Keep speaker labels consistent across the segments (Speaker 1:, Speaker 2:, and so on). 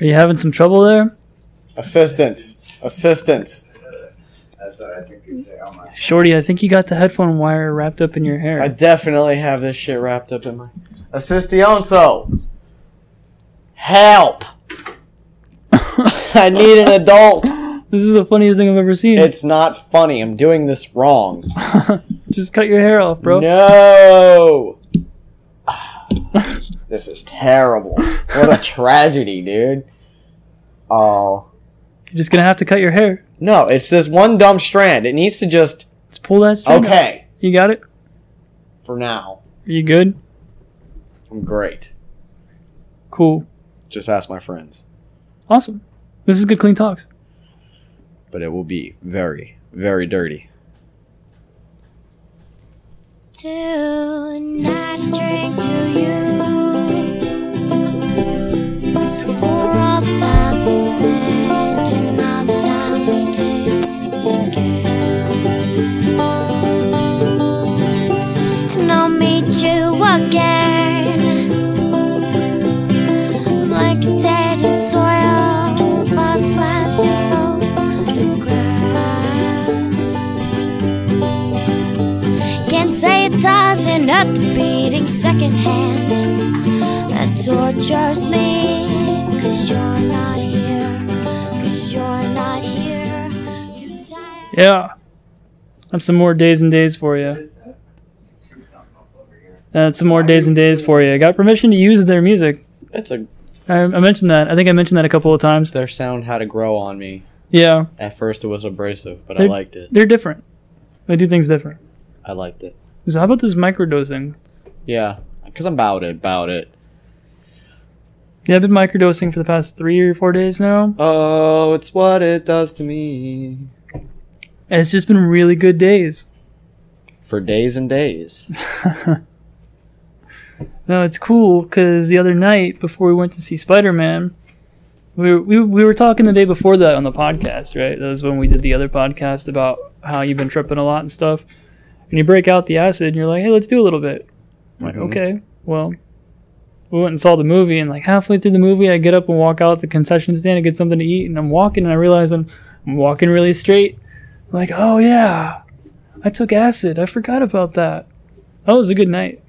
Speaker 1: Are you having some trouble there?
Speaker 2: Assistance. Assistance.
Speaker 3: That's what I think you say. Oh my.
Speaker 1: Shorty, I think you got the headphone wire wrapped up in your hair.
Speaker 2: I definitely have this shit wrapped up in my. Assistionso. Help. I need an adult.
Speaker 1: this is the funniest thing I've ever seen.
Speaker 2: It's not funny. I'm doing this wrong.
Speaker 1: Just cut your hair off, bro.
Speaker 2: No. this is terrible. What a tragedy, dude. Oh.
Speaker 1: You're just gonna have to cut your hair.
Speaker 2: No, it's this one dumb strand. It needs to just.
Speaker 1: Let's pull that string. out.
Speaker 2: Okay.
Speaker 1: You got it?
Speaker 2: For now,
Speaker 1: Are you good?
Speaker 2: I'm great.
Speaker 1: Cool.
Speaker 2: Just ask my friends.
Speaker 1: Awesome. This is good clean talks.
Speaker 2: But it will be very, very dirty.
Speaker 4: Tonight I drink to you for all the times we spent and all the time we did again. And I'll meet you again, like a dead in soil, fast lasting photographs. Can't say it doesn't up the beating secondhand that tortures me. Cause you're not here, cause you're not here. Too tired.
Speaker 1: Yeah. That's some more days and days for you. That's some more days and days for you. I got permission to use their music.
Speaker 2: It's a.
Speaker 1: I, I mentioned that. I think I mentioned that a couple of times.
Speaker 2: Their sound had to grow on me.
Speaker 1: Yeah,
Speaker 2: At first, it was abrasive, but I
Speaker 1: They-
Speaker 2: liked it.
Speaker 1: they're different. They do things different.
Speaker 2: I liked it.
Speaker 1: So how about this microdosing?
Speaker 2: Yeah, because I'm about it. About it.
Speaker 1: Yeah, I've been microdosing for the past three or four days now,
Speaker 2: Oh, it's what it does to me.
Speaker 1: and it's just been really good days.
Speaker 2: For days and days.
Speaker 1: No, it's cool because the other night before we went to see Spider Man, we, were- we we were talking the day before that on the podcast, right? That was when we did the other podcast about how you've been tripping a lot and stuff. And you break out the acid, and you're like, "Hey, let's do a little bit." I'm like,
Speaker 2: Mhm.
Speaker 1: okay, well, we went and saw the movie, and like halfway through the movie, I get up and walk out the concession stand to get something to eat, and I'm walking, and I realize I'm, I'm walking really straight. I'm like, oh yeah, I took acid. I forgot about that. That was a good night.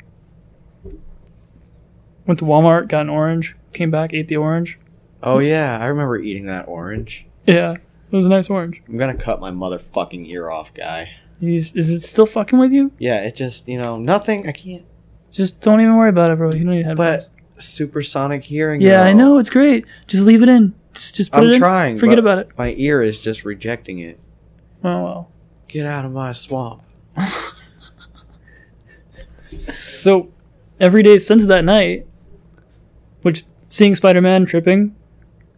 Speaker 1: Went to Walmart, got an orange, came back, ate the orange.
Speaker 2: Oh yeah, I remember eating that orange.
Speaker 1: Yeah, it was a nice orange.
Speaker 2: I'm gonna cut my motherfucking ear off, guy.
Speaker 1: He's, is it still fucking with you?
Speaker 2: Yeah, it just you know nothing. I can't.
Speaker 1: Just don't even worry about it, bro. You don't need headphones.
Speaker 2: But supersonic hearing.
Speaker 1: yeah,
Speaker 2: though.
Speaker 1: I know it's great. Just leave it in. Just, just put
Speaker 2: I'm
Speaker 1: it in.
Speaker 2: trying,
Speaker 1: Forget
Speaker 2: but-
Speaker 1: about it.
Speaker 2: My ear is just rejecting it.
Speaker 1: Oh well.
Speaker 2: Get out of my swamp.
Speaker 1: So every day since that night, which seeing Spider Man tripping,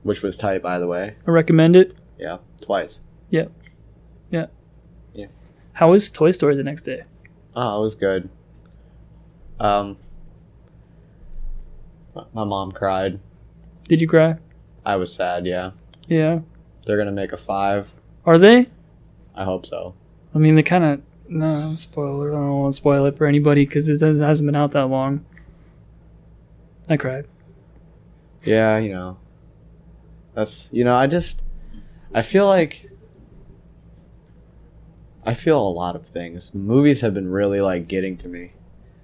Speaker 2: Which was tight, by the way.
Speaker 1: I recommend it.
Speaker 2: Yeah, twice.
Speaker 1: How was Toy Story the next day?
Speaker 2: Oh, it was good. Um, my- my mom cried.
Speaker 1: Did you cry?
Speaker 2: I was sad. Yeah,
Speaker 1: Yeah.
Speaker 2: they're gonna make a five.
Speaker 1: Are they?
Speaker 2: I hope so.
Speaker 1: I mean, they kind of. No, spoiler. I don't want to spoil it for anybody because it doesn't- hasn't been out that long. I cried.
Speaker 2: Yeah, you know. That's you know, I just I feel like I feel a lot of things. Movies have been really like getting to me.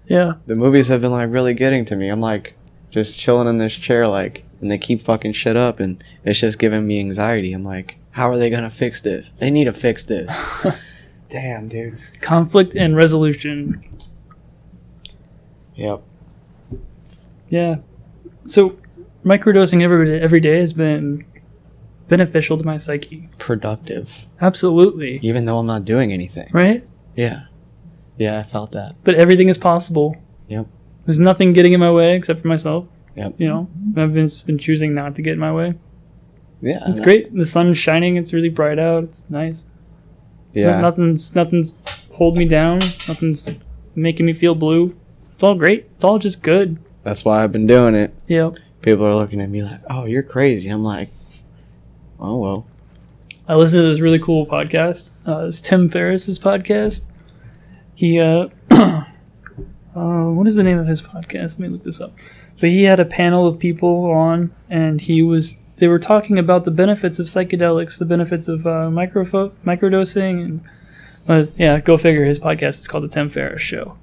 Speaker 1: Yeah.
Speaker 2: The movies have been like really getting to me. I'm like just chilling in this chair like and they keep fucking shit up and it's just giving me anxiety. I'm like, how are they going to fix this? They need to fix this. Damn, dude.
Speaker 1: Conflict and resolution.
Speaker 2: Yep.
Speaker 1: Yeah. So, microdosing every day, every day has been beneficial to my psyche.
Speaker 2: Productive.
Speaker 1: Absolutely.
Speaker 2: Even though I'm not doing anything.
Speaker 1: Right?
Speaker 2: Yeah. Yeah, I felt that.
Speaker 1: but everything is possible.
Speaker 2: Yep.
Speaker 1: There's nothing getting in my way except for myself.
Speaker 2: Yep.
Speaker 1: You know, And I've been, just been choosing not to get in my way.
Speaker 2: Yeah.
Speaker 1: It's great. The sun's shining. It's really bright out. It's nice. It's not-
Speaker 2: Yeah.
Speaker 1: nothing's nothing's holding me down. Nothing's making me feel blue. It's all great. It's all just good.
Speaker 2: That's why I've been doing it.
Speaker 1: Yep.
Speaker 2: people are looking at me like, "Oh, you're crazy." I'm like, "Oh well."
Speaker 1: I listened to this really cool podcast. Uh, it's Tim Ferriss's podcast. He, uh, uh, what is the name of his podcast? Let me look this up. But he had a panel of people on, and he was they were talking about the benefits of psychedelics, the benefits of uh, microfo- microdosing, and uh, yeah, go figure. His podcast is called the Tim Ferriss Show.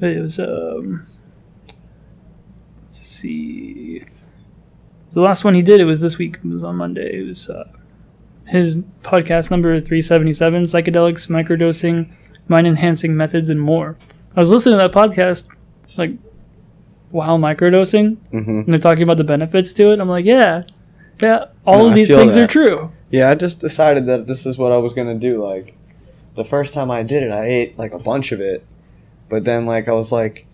Speaker 1: But it was um, let's see, the last one he did. It was this week. It was on Monday. It was uh, his podcast number three seventy seven: psychedelics, microdosing, mind enhancing methods, and more. I was listening to that podcast, like while microdosing,
Speaker 2: hmm
Speaker 1: and they're talking about the benefits to it. I'm like, yeah, yeah, all
Speaker 2: No,
Speaker 1: of
Speaker 2: I
Speaker 1: these
Speaker 2: feel
Speaker 1: things are
Speaker 2: that.
Speaker 1: true.
Speaker 2: Yeah, I just decided that this is what I was gonna do. Like, the first time I did it, I ate like a bunch of it, but then like I was like,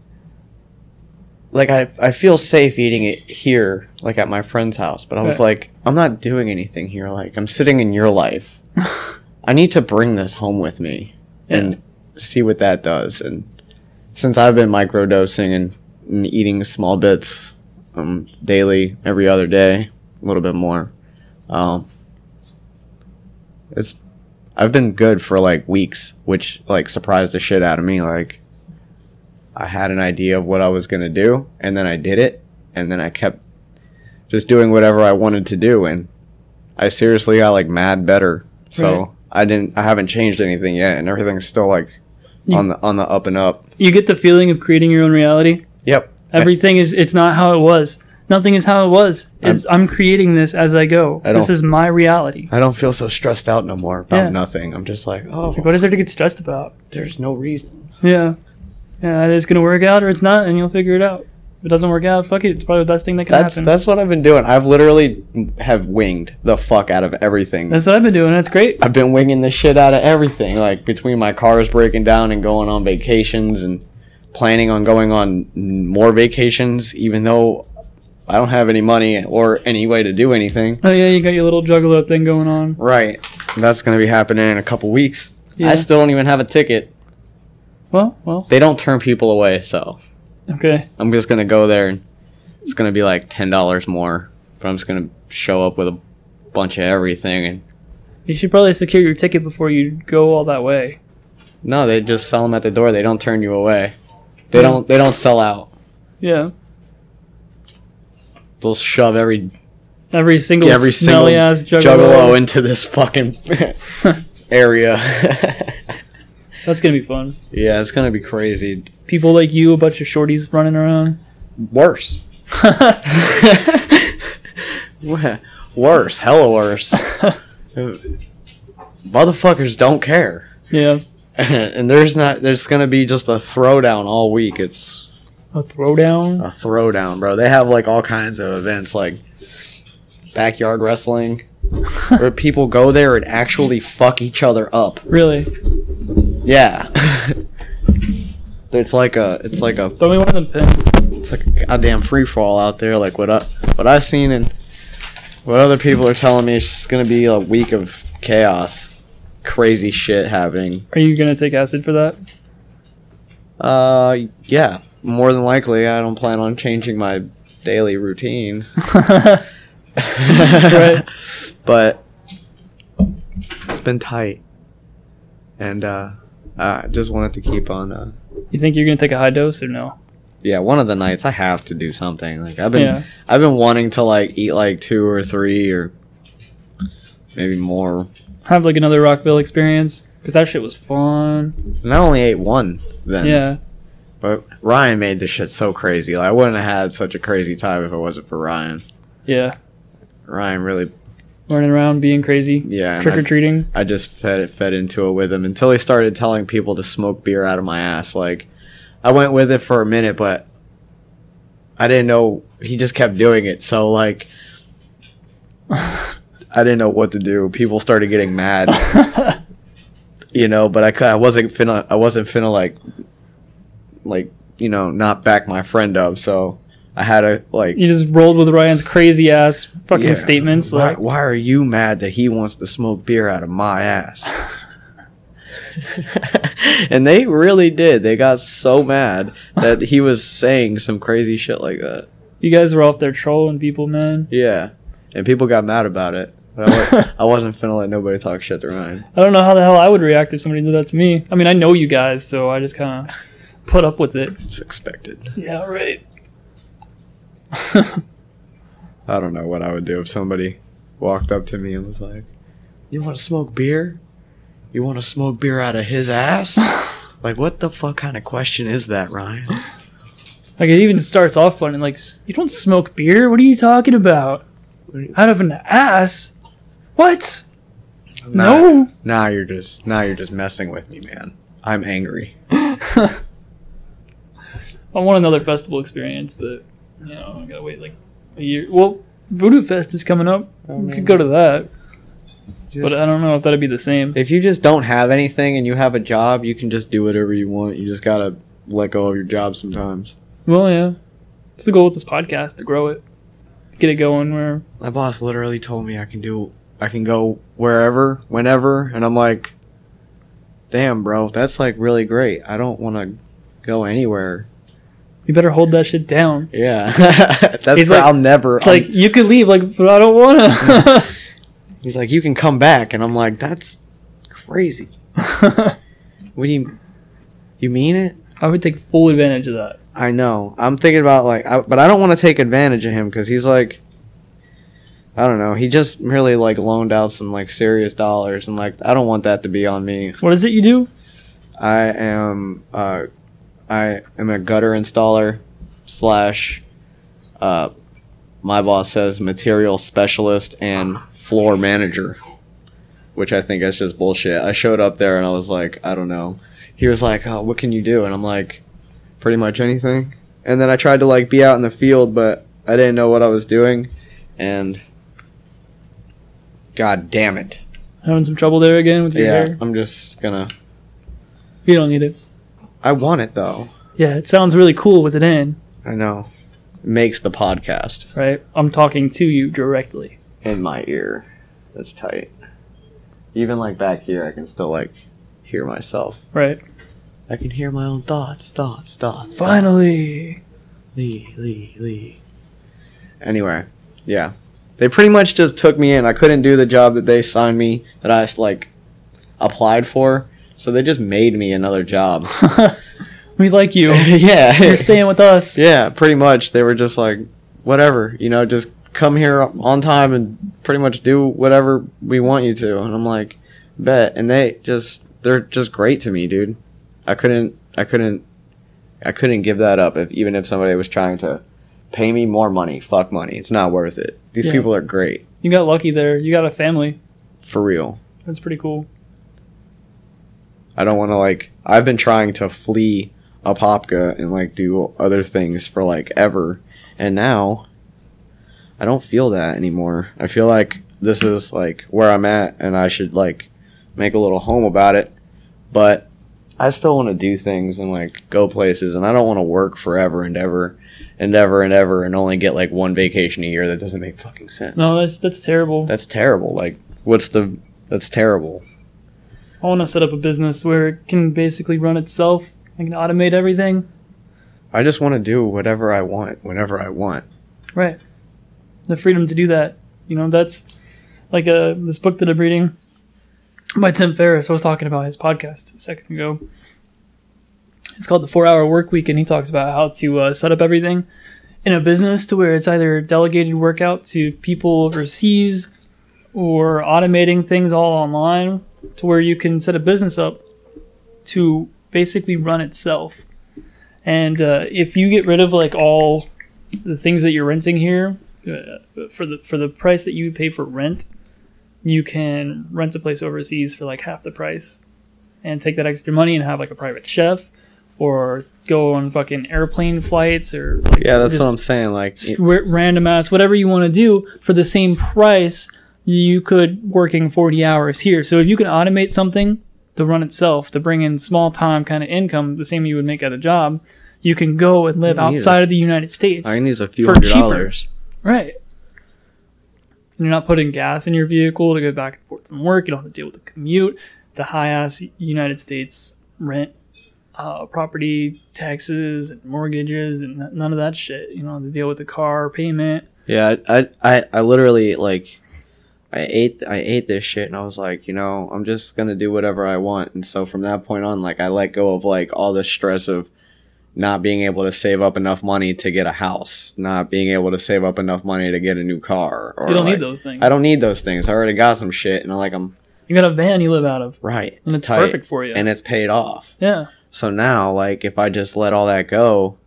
Speaker 2: like I I feel safe eating it here, like at my friend's house. But I was
Speaker 1: Right.
Speaker 2: like, I'm not doing anything here. Like I'm sitting in your life. I need to bring this home with me and see what that does. And since I've been microdosing and, and eating small bits um, daily, every other day, a little bit more. Um, it's I've been good for like weeks, which like surprised the shit out of me. Like I had an idea of what I was gonna do, and then I did it, and then I kept just doing whatever I wanted to do, and I seriously got like mad better. So
Speaker 1: Right.
Speaker 2: I didn't, I haven't changed anything yet, and everything's still like
Speaker 1: You-
Speaker 2: on the on the up and up.
Speaker 1: You get the feeling of creating your own reality.
Speaker 2: Yep.
Speaker 1: Everything is it's not how it was. Nothing is how it was. It's, I'm, creating this as I go.
Speaker 2: I
Speaker 1: this
Speaker 2: don't-
Speaker 1: is my reality.
Speaker 2: I don't feel so stressed out no more about
Speaker 1: Yeah.
Speaker 2: nothing. I'm just like, oh,
Speaker 1: It's like, what is there to get stressed about?
Speaker 2: there's no reason.
Speaker 1: Yeah, yeah, it's gonna work out or it's not, and you'll figure it out. If it doesn't work out, fuck it. It's probably the best thing that can
Speaker 2: That's
Speaker 1: happen.
Speaker 2: that's what I've been doing. I've literally have winged the fuck out of everything.
Speaker 1: That's what I've been doing. It's great.
Speaker 2: I've been winging the shit out of everything, like between my cars breaking down and going on vacations and planning on going on more vacations, even though I don't have any money or any way to do anything.
Speaker 1: Oh yeah, you got your little juggalo thing going on.
Speaker 2: Right. That's going to be happening in a couple weeks.
Speaker 1: Yeah.
Speaker 2: I still don't even have a ticket.
Speaker 1: well, well,
Speaker 2: They don't turn people away, so
Speaker 1: okay.
Speaker 2: I'm just going to go there and it's going to be like $10 more, but I'm just going to show up with a bunch of everything and
Speaker 1: You should probably secure your ticket before you go all that way.
Speaker 2: no, they just sell them at the door. They don't turn you away. They don't they don't sell out.
Speaker 1: Yeah.
Speaker 2: they'll shove every
Speaker 1: Every single
Speaker 2: every single
Speaker 1: smelly ass
Speaker 2: juggalo.
Speaker 1: juggalo.
Speaker 2: into this fucking area.
Speaker 1: That's gonna be fun.
Speaker 2: yeah, it's gonna be crazy.
Speaker 1: People like you, a bunch of shorties running around.
Speaker 2: Worse, Wha- worse, hella worse. Motherfuckers don't care,
Speaker 1: yeah.
Speaker 2: and there's not. There's gonna be just a throwdown all week. It's
Speaker 1: A throwdown.
Speaker 2: a throwdown, bro. They have like all kinds of events, like backyard wrestling, where people go there and actually fuck each other up.
Speaker 1: Really?
Speaker 2: Yeah. it's like a it's like a
Speaker 1: Throw me one of them pins.
Speaker 2: it's like a goddamn free fall out there. Like what I what I've seen and what other people are telling me. It's just gonna be a week of chaos, crazy shit happening.
Speaker 1: Are you gonna take acid for that?
Speaker 2: Uh, yeah. More than likely, I don't plan on changing my daily routine.
Speaker 1: Right.
Speaker 2: But it's been tight, and uh, I just wanted to keep on uh,
Speaker 1: you think you're gonna take a high dose or no?
Speaker 2: yeah one of the nights i have to do something like i've been
Speaker 1: Yeah.
Speaker 2: i've been wanting to like eat like two or three or maybe more
Speaker 1: Have like another Rockville experience because that shit was fun.
Speaker 2: and i only ate one then
Speaker 1: Yeah.
Speaker 2: but ryan made this shit so crazy like i wouldn't have had such a crazy time if it wasn't for ryan
Speaker 1: Yeah.
Speaker 2: ryan really
Speaker 1: Running around, being crazy,
Speaker 2: yeah and
Speaker 1: trick or
Speaker 2: I,
Speaker 1: treating.
Speaker 2: I just fed it fed into it with him until he started telling people to smoke beer out of my ass like i went with it for a minute but i didn't know he just kept doing it so like I didn't know what to do. People started getting mad, you know. But I, cou- I wasn't finna. I wasn't finna like, like you know, not back my friend up. So I had to like.
Speaker 1: You just rolled with Ryan's crazy ass fucking
Speaker 2: yeah,
Speaker 1: statements.
Speaker 2: Why,
Speaker 1: Like,
Speaker 2: why are you mad that he wants to smoke beer out of my ass? and they really did. They got so mad that he was saying some crazy shit like that.
Speaker 1: you guys were off there trolling people, man.
Speaker 2: Yeah, and people got mad about it. But I, wa- I wasn't finna let nobody talk shit to Ryan.
Speaker 1: I don't know how the hell I would react if somebody did that to me. I mean, I know you guys, so I just kind of put up with it.
Speaker 2: It's expected.
Speaker 1: Yeah, right.
Speaker 2: I don't know what I would do if somebody walked up to me and was like, "You want to smoke beer? You want to smoke beer out of his ass?" like, what the fuck kind of question is that, Ryan?
Speaker 1: Like it even starts off funny. Like "S- you don't smoke beer. What are you talking about? Out of an ass? What?
Speaker 2: Nah,
Speaker 1: No.
Speaker 2: Now you're just now you're just messing with me, man. I'm angry.
Speaker 1: I want another festival experience, but you know I gotta wait like a year. Well, Voodoo Fest is coming up. we could go to that,
Speaker 2: Just-
Speaker 1: but I don't know if that'd be the same.
Speaker 2: if you just don't have anything and you have a job, you can just do whatever you want. You just gotta let go of your job sometimes.
Speaker 1: Well, yeah. It's the goal with this podcast to grow it, get it going. Where
Speaker 2: My boss literally told me I can do I can go wherever, whenever, and I'm like, damn, bro, that's like really great. I don't want to go anywhere.
Speaker 1: you better hold that shit down.
Speaker 2: Yeah, that's
Speaker 1: He's
Speaker 2: where
Speaker 1: like-
Speaker 2: I'll never.
Speaker 1: It's like you could leave, like, but I don't wanna.
Speaker 2: he's like, you can come back, and I'm like, that's crazy. What do you you mean it?
Speaker 1: I would take full advantage of that.
Speaker 2: I know. I'm thinking about like, I, but I don't want to take advantage of him because he's like, I don't know. He just really like loaned out some like serious dollars, and like I don't want that to be on me.
Speaker 1: What is it you do?
Speaker 2: I am, uh, I am a gutter installer slash, uh, my boss says material specialist and floor manager, which I think is just bullshit. I showed up there and I was like, I don't know. He was like, oh, what can you do? And I'm like, pretty much anything. And then I tried to like be out in the field, but I didn't know what I was doing, and god damn it.
Speaker 1: Having some trouble there again with your
Speaker 2: Yeah,
Speaker 1: hair?
Speaker 2: I'm just gonna.
Speaker 1: You don't need it.
Speaker 2: I want it though.
Speaker 1: Yeah, it sounds really cool with an N,
Speaker 2: I know. Makes the podcast
Speaker 1: right? I'm talking to you directly.
Speaker 2: in my ear. That's tight. Even like back here, I can still like hear myself.
Speaker 1: Right.
Speaker 2: I can hear my own thoughts, thoughts, thoughts.
Speaker 1: Finally.
Speaker 2: thoughts. Lee, Lee, Lee. Anyway, yeah. They pretty much just took me in. I couldn't do the job that they signed me, that I like applied for. So they just made me another job.
Speaker 1: we like you.
Speaker 2: yeah.
Speaker 1: You're staying with us.
Speaker 2: Yeah, pretty much. They were just like, whatever, you know, just come here on time and pretty much do whatever we want you to. And I'm like, bet. And they just, they're just great to me, dude. I couldn't, I couldn't, I couldn't give that up. If even if somebody was trying to pay me more money, fuck money, it's not worth it. These
Speaker 1: Yeah.
Speaker 2: people are great
Speaker 1: You got lucky there. You got a family.
Speaker 2: for real.
Speaker 1: That's pretty cool.
Speaker 2: I don't want to like. I've been trying to flee Apopka and like do other things for like ever, and now I don't feel that anymore. I feel like this is like where I'm at, and I should like make a little home about it. But I still want to do things and like go places, and I don't want to work forever and ever and ever and ever and only get like one vacation a year. That doesn't make fucking sense.
Speaker 1: No, that's that's terrible.
Speaker 2: that's terrible. Like, what's the? That's terrible.
Speaker 1: I want to set up a business where it can basically run itself. I can automate everything.
Speaker 2: I just want to do whatever I want, whenever I want.
Speaker 1: Right. The freedom to do that. You know, that's like uh this book that I'm reading by Tim Ferriss. I was talking about his podcast a second ago. It's called The Four Hour Work Week, and he talks about how to uh, set up everything in a business to where it's either delegated work out to people overseas or automating things all online to where you can set a business up to basically run itself. And uh, if you get rid of like all the things that you're renting here uh, for the for the price that you pay for rent you can rent a place overseas for like half the price and take that extra money and have like a private chef or go on fucking airplane flights or like
Speaker 2: Yeah, that's
Speaker 1: just
Speaker 2: what I'm saying. Like,
Speaker 1: s- r- random ass whatever you want to do for the same price you could working 40 hours here so if you can automate something to run itself to bring in small time kind of income the same you would make at a job you can go and live
Speaker 2: Yeah, neither.
Speaker 1: outside of the united states
Speaker 2: I need a few
Speaker 1: for
Speaker 2: hundred
Speaker 1: cheaper.
Speaker 2: dollars.
Speaker 1: Right. And you're not putting gas in your vehicle to go back and forth from work. You don't have to deal with the commute, the high ass United States rent, uh, property taxes, and mortgages, and n- none of that shit. You don't have to deal with the car payment.
Speaker 2: Yeah, I, I, I literally like, I ate, I ate this shit, and I was like, you know, I'm just gonna do whatever I want. And so from that point on, like, I let go of like all the stress of not being able to save up enough money to get a house, not being able to save up enough money to get a new car. Or
Speaker 1: You don't
Speaker 2: like,
Speaker 1: need those things.
Speaker 2: I don't need those things. I already got some shit, and I like I'm
Speaker 1: You got a van you live out of,
Speaker 2: right.
Speaker 1: and
Speaker 2: It's,
Speaker 1: it's,
Speaker 2: tight,
Speaker 1: perfect for you.
Speaker 2: and it's paid off.
Speaker 1: yeah,
Speaker 2: So now, like, if I just let all that go,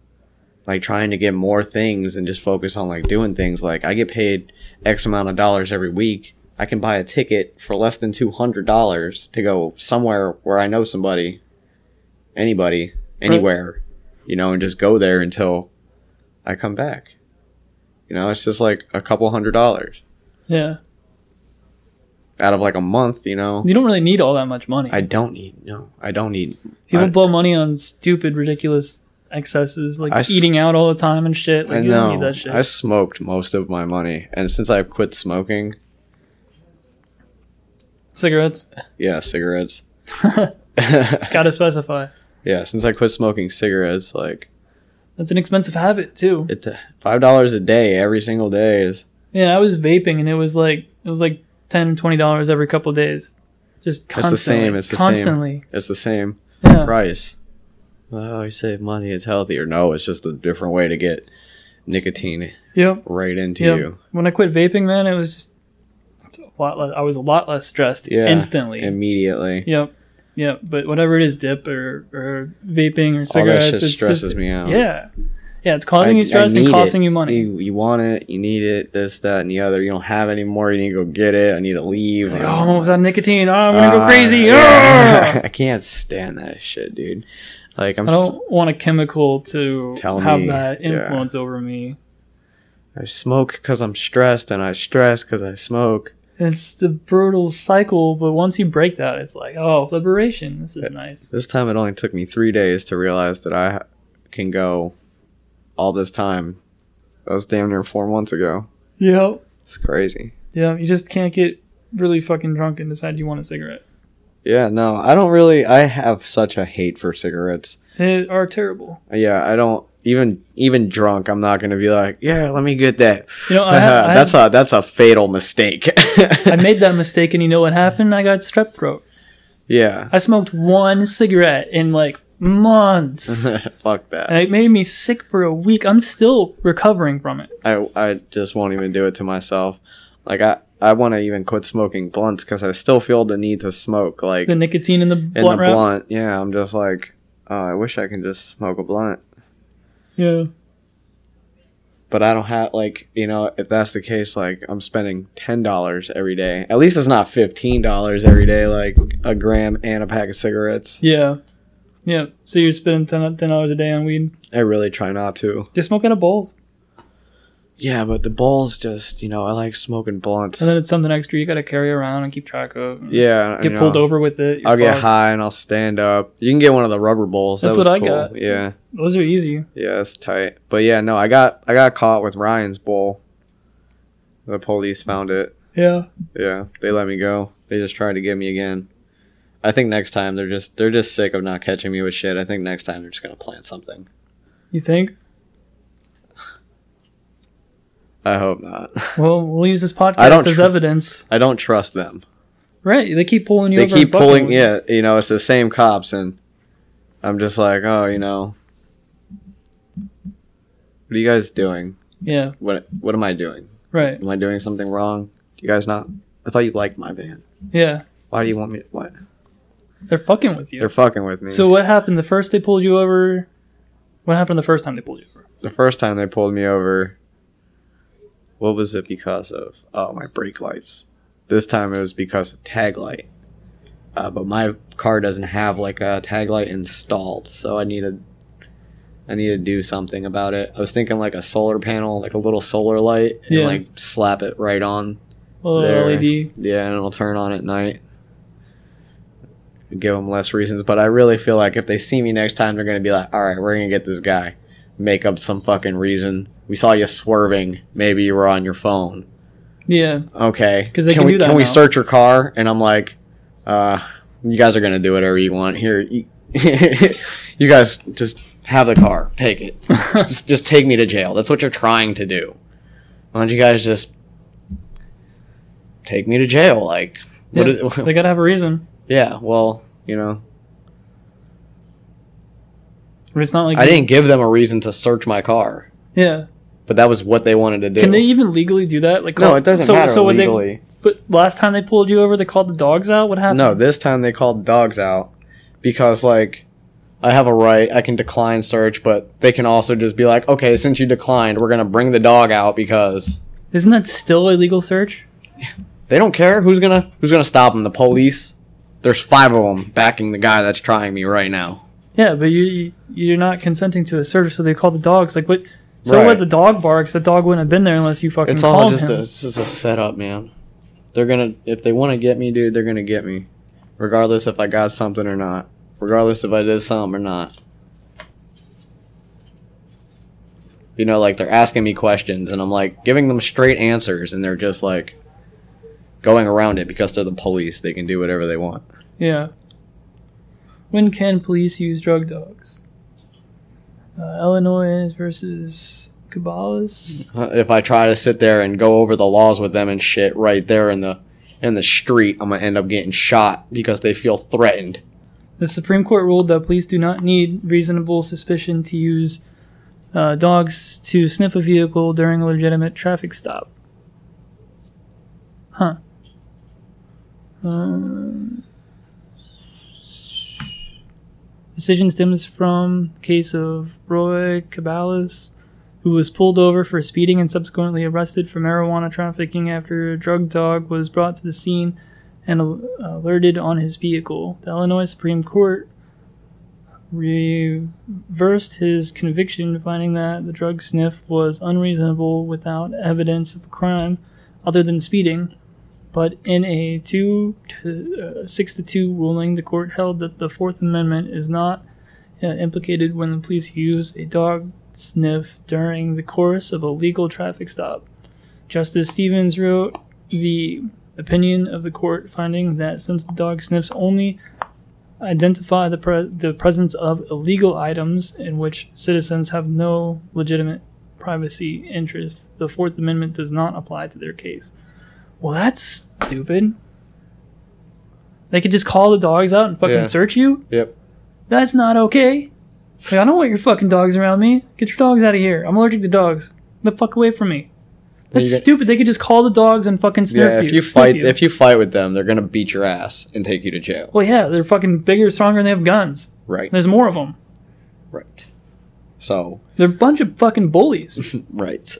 Speaker 2: like trying to get more things and just focus on like doing things, like I get paid X amount of dollars every week. I can buy a ticket for less than two hundred dollars to go somewhere where I know somebody, anybody, anywhere, you know, and just go there until I come back. You know, it's just like a couple hundred dollars
Speaker 1: yeah.
Speaker 2: out of like a month. You know,
Speaker 1: You don't really need all that much money.
Speaker 2: I don't need no, I don't need.
Speaker 1: People
Speaker 2: I-
Speaker 1: blow money on stupid, ridiculous excesses, like
Speaker 2: I s-
Speaker 1: eating out all the time and shit. Like
Speaker 2: I
Speaker 1: you don't
Speaker 2: know.
Speaker 1: need that shit.
Speaker 2: I smoked most of my money, and since I've quit smoking,
Speaker 1: Cigarettes.
Speaker 2: yeah, cigarettes.
Speaker 1: Gotta specify.
Speaker 2: yeah, since I quit smoking cigarettes, like
Speaker 1: That's an expensive habit too.
Speaker 2: it, five dollars a day every single day is
Speaker 1: Yeah, I was vaping and it was like it was like ten, twenty dollars every couple of days. Just
Speaker 2: It's
Speaker 1: constantly.
Speaker 2: the same, it's the same.
Speaker 1: constantly.
Speaker 2: it's the same
Speaker 1: Yeah.
Speaker 2: price. Oh, you save money, it's healthier. No, it's just a different way to get nicotine
Speaker 1: Yep.
Speaker 2: right into
Speaker 1: Yep.
Speaker 2: you.
Speaker 1: When I quit vaping, man, it was just a lot less. I was a lot less stressed
Speaker 2: Yeah,
Speaker 1: instantly.
Speaker 2: immediately.
Speaker 1: Yep. Yep. But whatever it is, dip or, or vaping or
Speaker 2: All that
Speaker 1: cigarettes,
Speaker 2: shit
Speaker 1: it's
Speaker 2: stresses
Speaker 1: just,
Speaker 2: me out.
Speaker 1: Yeah. Yeah, it's causing you stress
Speaker 2: need
Speaker 1: and
Speaker 2: it.
Speaker 1: costing you money.
Speaker 2: You, you want it, you need it, this, that, and the other. You don't have any more. You need to go get it. I need to leave.
Speaker 1: Like, oh, I'm almost out of nicotine. Oh, I'm gonna
Speaker 2: Ah,
Speaker 1: go crazy.
Speaker 2: yeah.
Speaker 1: Ah!
Speaker 2: I can't stand that shit, dude. Like I'm,
Speaker 1: I
Speaker 2: s-
Speaker 1: don't want a chemical to
Speaker 2: Tell
Speaker 1: have
Speaker 2: me.
Speaker 1: that
Speaker 2: Yeah.
Speaker 1: influence over me.
Speaker 2: I smoke because I'm stressed, and I stress because I smoke.
Speaker 1: It's the brutal cycle, but once you break that, it's like, oh, liberation. This is nice.
Speaker 2: This time, it only took me three days to realize that I ha- can go all this time. That was damn near four months ago.
Speaker 1: Yep.
Speaker 2: It's crazy.
Speaker 1: Yeah, you just can't get really fucking drunk and decide you want a cigarette.
Speaker 2: Yeah, no, I don't really. I have such a hate for cigarettes.
Speaker 1: They are terrible.
Speaker 2: Yeah, I don't even even drunk. I'm not gonna be like, yeah, let me get that.
Speaker 1: You know, I, have, I,
Speaker 2: that's
Speaker 1: have,
Speaker 2: a that's a fatal mistake.
Speaker 1: I made that mistake, and you know what happened? I got strep throat.
Speaker 2: yeah,
Speaker 1: I smoked one cigarette in like months, and
Speaker 2: fuck that.
Speaker 1: it made me sick for a week. I'm still recovering from it.
Speaker 2: I I just won't even do it to myself. Like I I want to even quit smoking blunts because I still feel the need to smoke. Like
Speaker 1: The
Speaker 2: in
Speaker 1: nicotine in the
Speaker 2: the
Speaker 1: blunt wrap.
Speaker 2: blunt, yeah. I'm just like, oh, I wish I could just smoke a blunt,
Speaker 1: Yeah.
Speaker 2: but I don't have like you know if that's the case, like I'm spending ten dollars every day. At least it's not fifteen dollars every day, like a gram and a pack of cigarettes.
Speaker 1: Yeah. Yeah. So you're spending ten dollars a day on weed.
Speaker 2: I really try not to.
Speaker 1: Just smoke out of bowls,
Speaker 2: Yeah, but the bowls just you know I like smoking blunts.
Speaker 1: and then it's something extra you got to carry around and keep track of.
Speaker 2: yeah,
Speaker 1: Get
Speaker 2: you
Speaker 1: pulled
Speaker 2: know,
Speaker 1: over with it. you're
Speaker 2: I'll get
Speaker 1: fucked.
Speaker 2: high and I'll stand up. You can get one of the rubber bowls.
Speaker 1: That's
Speaker 2: that was
Speaker 1: what I
Speaker 2: cool.
Speaker 1: got.
Speaker 2: Yeah.
Speaker 1: Those are easy.
Speaker 2: Yeah, that's tight. But yeah, no, I got I got caught with Ryan's bowl. The police found it.
Speaker 1: Yeah.
Speaker 2: Yeah, they let me go. They just tried to get me again. I think next time they're just they're just sick of not catching me with shit. I think next time they're just gonna plant something.
Speaker 1: You think?
Speaker 2: I hope not.
Speaker 1: Well, we'll use this podcast
Speaker 2: I don't
Speaker 1: as
Speaker 2: tr-
Speaker 1: evidence.
Speaker 2: I don't trust them.
Speaker 1: Right. They keep pulling you
Speaker 2: They
Speaker 1: over.
Speaker 2: keep
Speaker 1: and fucking
Speaker 2: pulling.
Speaker 1: with you.
Speaker 2: Yeah, you know, it's the same cops, and I'm just like, oh, you know, what are you guys doing?
Speaker 1: Yeah.
Speaker 2: What what am I doing?
Speaker 1: Right.
Speaker 2: Am I doing something wrong? Do you guys not? I thought you liked my van.
Speaker 1: Yeah.
Speaker 2: Why do you want me? What?
Speaker 1: They're fucking with you.
Speaker 2: They're fucking with me.
Speaker 1: So what happened the first they pulled you over? What happened the first time they pulled you over?
Speaker 2: the first time they pulled me over, what was it because of? Oh, my brake lights. This time it was because of tag light. Uh, but my car doesn't have like a tag light installed, so I need to, I need to do something about it. I was thinking like a solar panel, like a little solar light, and
Speaker 1: Yeah.
Speaker 2: like slap it right on.
Speaker 1: Well,
Speaker 2: There.
Speaker 1: LED.
Speaker 2: Yeah, and it'll turn on at night. Give them less reasons, but I really feel like if they see me next time, they're gonna be like, "All right, we're gonna get this guy." Make up some fucking reason. We saw you swerving. Maybe you were on your phone.
Speaker 1: Yeah.
Speaker 2: Okay.
Speaker 1: 'Cause they can
Speaker 2: we,
Speaker 1: do that
Speaker 2: Can we
Speaker 1: now.
Speaker 2: search your car? And I'm like, uh, you guys are gonna do whatever you want here. You, you guys just have the car. Take it. just, just take me to jail. That's what you're trying to do. Why don't you guys just take me to jail? Like, what?
Speaker 1: yeah.
Speaker 2: is-
Speaker 1: they gotta have a reason.
Speaker 2: yeah. Well, you know,
Speaker 1: But it's not like
Speaker 2: I didn't give them a reason to search my car,
Speaker 1: Yeah.
Speaker 2: but that was what they wanted to do.
Speaker 1: Can they even legally do that? Like
Speaker 2: no,
Speaker 1: call-
Speaker 2: it doesn't matter
Speaker 1: when they-
Speaker 2: legally.
Speaker 1: but last time they pulled you over, they called the dogs out. What happened?
Speaker 2: No, this time they called dogs out because like I have a right, I can decline search, but they can also just be like, okay, since you declined, we're gonna bring the dog out because
Speaker 1: Isn't that still a legal search?
Speaker 2: they don't care who's gonna who's gonna stop them. The police. There's five of them backing the guy that's trying me right now.
Speaker 1: Yeah, but you you- you're not consenting to a search, so they call the dogs. Like what? So
Speaker 2: Right.
Speaker 1: what? The dog barks. The dog wouldn't have been there unless you fucking
Speaker 2: It's
Speaker 1: called
Speaker 2: all just
Speaker 1: him.
Speaker 2: a, it's just a setup, man. They're gonna if they want to get me, dude. They're gonna get me, regardless if I got something or not, regardless if I did something or not. You know, like they're asking me questions, and I'm like giving them straight answers, and they're just like going around it because they're the police. They can do whatever they want.
Speaker 1: Yeah. When can police use drug dogs? Uh, Illinois versus Cabalas.
Speaker 2: Uh, If I try to sit there and go over the laws with them and shit right there in the in the street, I'm gonna end up getting shot because they feel threatened.
Speaker 1: The Supreme Court ruled that police do not need reasonable suspicion to use uh, dogs to sniff a vehicle during a legitimate traffic stop. Huh. Um, decision stems from case of Roy Cabalas, who was pulled over for speeding and subsequently arrested for marijuana trafficking after a drug dog was brought to the scene and al- alerted on his vehicle. The Illinois Supreme Court reversed his conviction, finding that the drug sniff was unreasonable without evidence of a crime other than speeding. But in a two to, uh, six to two ruling, the court held that the Fourth Amendment is not uh, implicated when the police use a dog sniff during the course of a legal traffic stop. Justice Stevens wrote the opinion of the court finding that since the dog sniffs only identify the, pre- the presence of illegal items in which citizens have no legitimate privacy interests, the Fourth Amendment does not apply to their case. Well, that's stupid. They could just call the dogs out and fucking
Speaker 2: Yeah.
Speaker 1: search you?
Speaker 2: Yep.
Speaker 1: That's not okay. Like, I don't want your fucking dogs around me. Get your dogs out of here. I'm allergic to dogs. Get the fuck away from me. That's
Speaker 2: You get-
Speaker 1: stupid. They could just call the dogs and fucking sniff
Speaker 2: yeah, if you,
Speaker 1: you sniff
Speaker 2: fight, if you fight with them, they're gonna beat your ass and take you to jail.
Speaker 1: Well, yeah, they're fucking bigger, stronger, and they have guns.
Speaker 2: Right,
Speaker 1: There's more of them.
Speaker 2: right. So,
Speaker 1: They're a bunch of fucking bullies.
Speaker 2: right.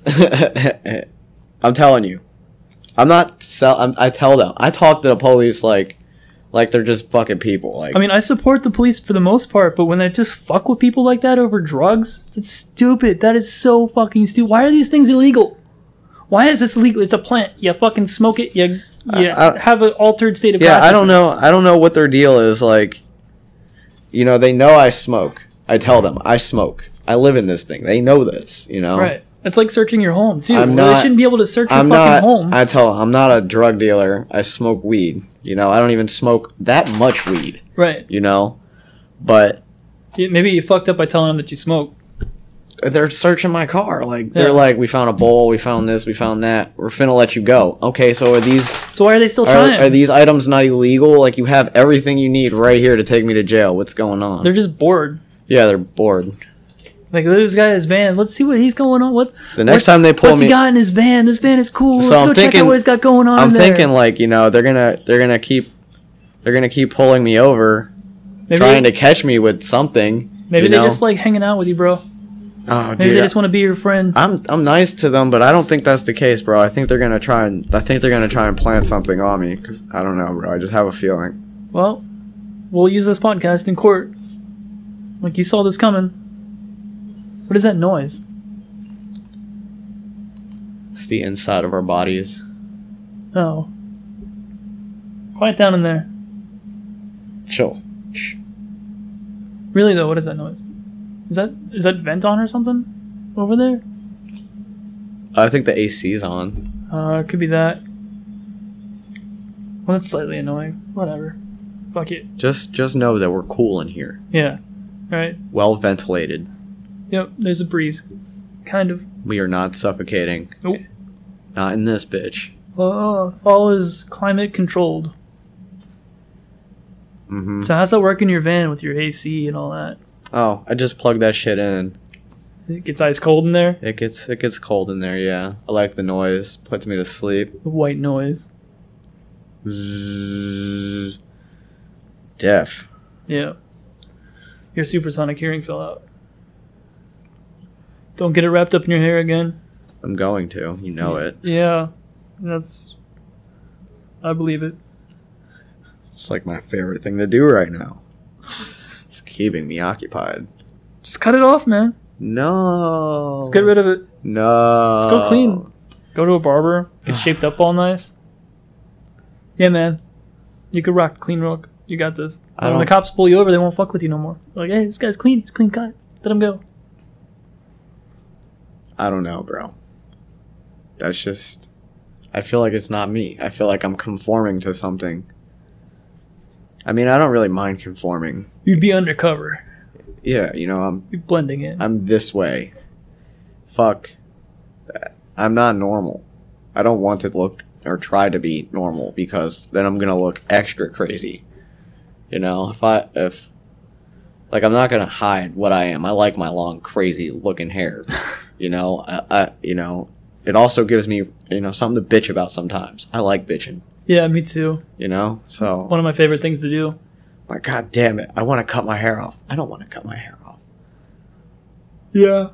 Speaker 2: I'm telling you, I'm not sell. I'm, I tell them. I talk to the police like, like they're just fucking people. Like,
Speaker 1: I mean, I support the police for the most part, but when they just fuck with people like that over drugs, that's stupid. That is so fucking stupid. Why are these things illegal? Why is this legal? It's a plant. You fucking smoke it. You, you
Speaker 2: I- I-
Speaker 1: have an altered state of
Speaker 2: yeah, I don't
Speaker 1: consciousness.
Speaker 2: know. I don't know what their deal is. Like, you know, they know I smoke. I tell them I smoke. I live in this thing. They know this. You know,
Speaker 1: Right. It's like searching your home, too.
Speaker 2: I'm
Speaker 1: Well, they
Speaker 2: not-
Speaker 1: shouldn't be able to search your
Speaker 2: I'm
Speaker 1: fucking
Speaker 2: not.
Speaker 1: home.
Speaker 2: I tell. 'em, I'm not a drug dealer. I smoke weed. You know, I don't even smoke that much weed.
Speaker 1: right.
Speaker 2: You know, but
Speaker 1: Yeah, Maybe you fucked up by telling them that you smoke.
Speaker 2: they're searching my car. Like
Speaker 1: Yeah.
Speaker 2: they're like, we found a bowl. We found this. We found that. We're finna let you go. Okay, so are these
Speaker 1: So why are they still trying?
Speaker 2: are, are these items not illegal? Like you have everything you need right here to take me to jail. What's going on?
Speaker 1: they're just bored.
Speaker 2: yeah, they're bored.
Speaker 1: Like this guy in his van. Let's see what he's going on. What's
Speaker 2: The next time they pull
Speaker 1: what's
Speaker 2: me,
Speaker 1: he got in his van? This van is cool.
Speaker 2: So
Speaker 1: Let's
Speaker 2: I'm
Speaker 1: go check out
Speaker 2: thinking-
Speaker 1: what he's got going on.
Speaker 2: I'm
Speaker 1: there.
Speaker 2: thinking like you know they're gonna they're gonna keep they're gonna keep pulling me over,
Speaker 1: maybe,
Speaker 2: trying to catch me with something.
Speaker 1: Maybe
Speaker 2: you
Speaker 1: they
Speaker 2: know?
Speaker 1: just like hanging out with you, bro.
Speaker 2: Oh,
Speaker 1: Maybe
Speaker 2: dude,
Speaker 1: they just want to be your friend.
Speaker 2: I'm I'm nice to them, but I don't think that's the case, bro. I think they're gonna try and I think they're gonna try and plant something on me. 'cause I don't know, bro. I just have a feeling.
Speaker 1: well, we'll use this podcast in court. Like you saw this coming. What is that noise?
Speaker 2: It's the inside of our bodies.
Speaker 1: Oh, quiet down in there.
Speaker 2: Chill. Shh.
Speaker 1: Really though, what is that noise? Is that is that vent on or something over there?
Speaker 2: I think the AC's on.
Speaker 1: Uh, it could be that. Well, that's slightly annoying. Whatever. Fuck it.
Speaker 2: Just just know that we're cool in here,
Speaker 1: Yeah. Right.
Speaker 2: well ventilated.
Speaker 1: Yep. There's a breeze. Kind of.
Speaker 2: We are not suffocating.
Speaker 1: Nope.
Speaker 2: Not in this bitch.
Speaker 1: Oh, all is climate controlled.
Speaker 2: Mm-hmm.
Speaker 1: So how's that work in your van with your AC and all that?
Speaker 2: Oh, I just plugged that shit in.
Speaker 1: It gets ice cold in there.
Speaker 2: It gets it gets cold in there. Yeah, I like the noise. Puts me to sleep.
Speaker 1: The white noise.
Speaker 2: Zzzz. Deaf.
Speaker 1: Yeah. Your supersonic hearing fell out. Don't get it wrapped up in your hair again.
Speaker 2: I'm going to. You know it.
Speaker 1: Yeah. That's. I believe it.
Speaker 2: It's like my favorite thing to do right now. It's keeping me occupied.
Speaker 1: Just cut it off, man.
Speaker 2: No.
Speaker 1: Just get rid of it.
Speaker 2: No.
Speaker 1: Let's go clean. Go to a barber. Get shaped up all nice. Yeah, man. You could rock the clean rock. You got this.
Speaker 2: I
Speaker 1: when the
Speaker 2: don't-
Speaker 1: cops pull you over, they won't fuck with you no more. Like, hey, this guy's clean. He's clean cut. Let him go.
Speaker 2: I don't know, bro. That's just. I feel like it's not me. I feel like I'm conforming to something. I mean, I don't really mind conforming.
Speaker 1: You'd be undercover.
Speaker 2: Yeah, you know, I'm
Speaker 1: You're blending in.
Speaker 2: I'm this way. Fuck. that. I'm not normal. I don't want to look or try to be normal because then I'm gonna look extra crazy. You know, if I if like I'm not gonna hide what I am. I like my long, crazy looking hair. you know, I, I you know, it also gives me you know something to bitch about sometimes. I like bitching.
Speaker 1: Yeah, me too.
Speaker 2: You know, so
Speaker 1: One of my favorite things to do.
Speaker 2: my god damn it, I want to cut my hair off. I don't want to cut my hair off.
Speaker 1: Yeah.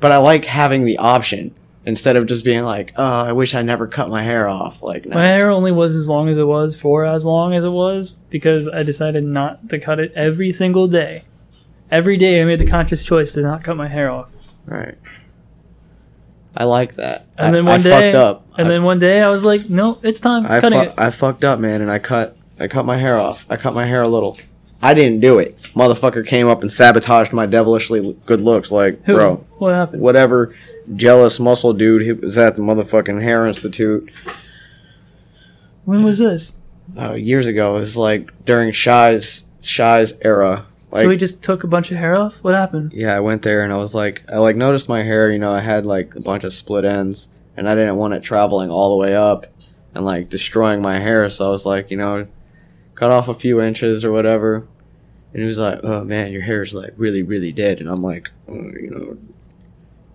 Speaker 2: but I like having the option instead of just being like, "Oh, I wish I never cut my hair off." Like, no,
Speaker 1: My hair only was as long as it was for as long as it was because I decided not to cut it every single day. Every day I made the conscious choice to not cut my hair off.
Speaker 2: right. I like that.
Speaker 1: And
Speaker 2: I,
Speaker 1: then
Speaker 2: I
Speaker 1: one day,
Speaker 2: fucked up.
Speaker 1: and
Speaker 2: I,
Speaker 1: then one day I was like, no, it's time.
Speaker 2: I,
Speaker 1: cutting
Speaker 2: fu-
Speaker 1: it.
Speaker 2: I fucked up, man, and I cut I cut my hair off. I cut my hair a little. I didn't do it. Motherfucker came up and sabotaged my devilishly good looks. Like,
Speaker 1: Who?
Speaker 2: bro,
Speaker 1: What happened?
Speaker 2: whatever jealous muscle dude who was at the motherfucking hair institute
Speaker 1: When was this?
Speaker 2: uh, years ago. It was like during Shy's Shy's era. Like,
Speaker 1: so he just took a bunch of hair off? What happened?
Speaker 2: yeah, I went there and I was like, I like noticed my hair, you know, I had like a bunch of split ends and I didn't want it traveling all the way up and like destroying my hair. So I was like, you know, cut off a few inches or whatever. And he was like, oh man, your hair's like really, really dead. And I'm like, "Uh, you know,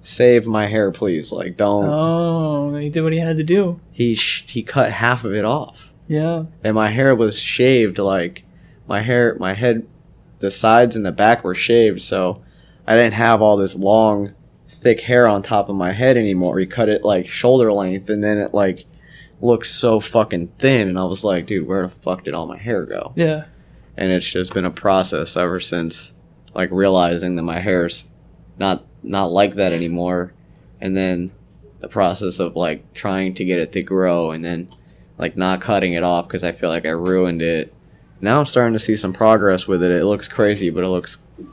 Speaker 2: save my hair, please. Like, don't.
Speaker 1: Oh, he did what he had to do.
Speaker 2: He, sh- he cut half of it off
Speaker 1: Yeah.
Speaker 2: and my hair was shaved like my hair my head the sides and the back were shaved so i didn't have all this long thick hair on top of my head anymore he cut it like shoulder length and then it like looked so fucking thin and i was like dude where the fuck did all my hair go
Speaker 1: Yeah.
Speaker 2: and it's just been a process ever since like realizing that my hair's not not like that anymore and then the process of like trying to get it to grow and then like not cutting it off because i feel like i ruined it now i'm starting to see some progress with it it looks crazy but it looks cr-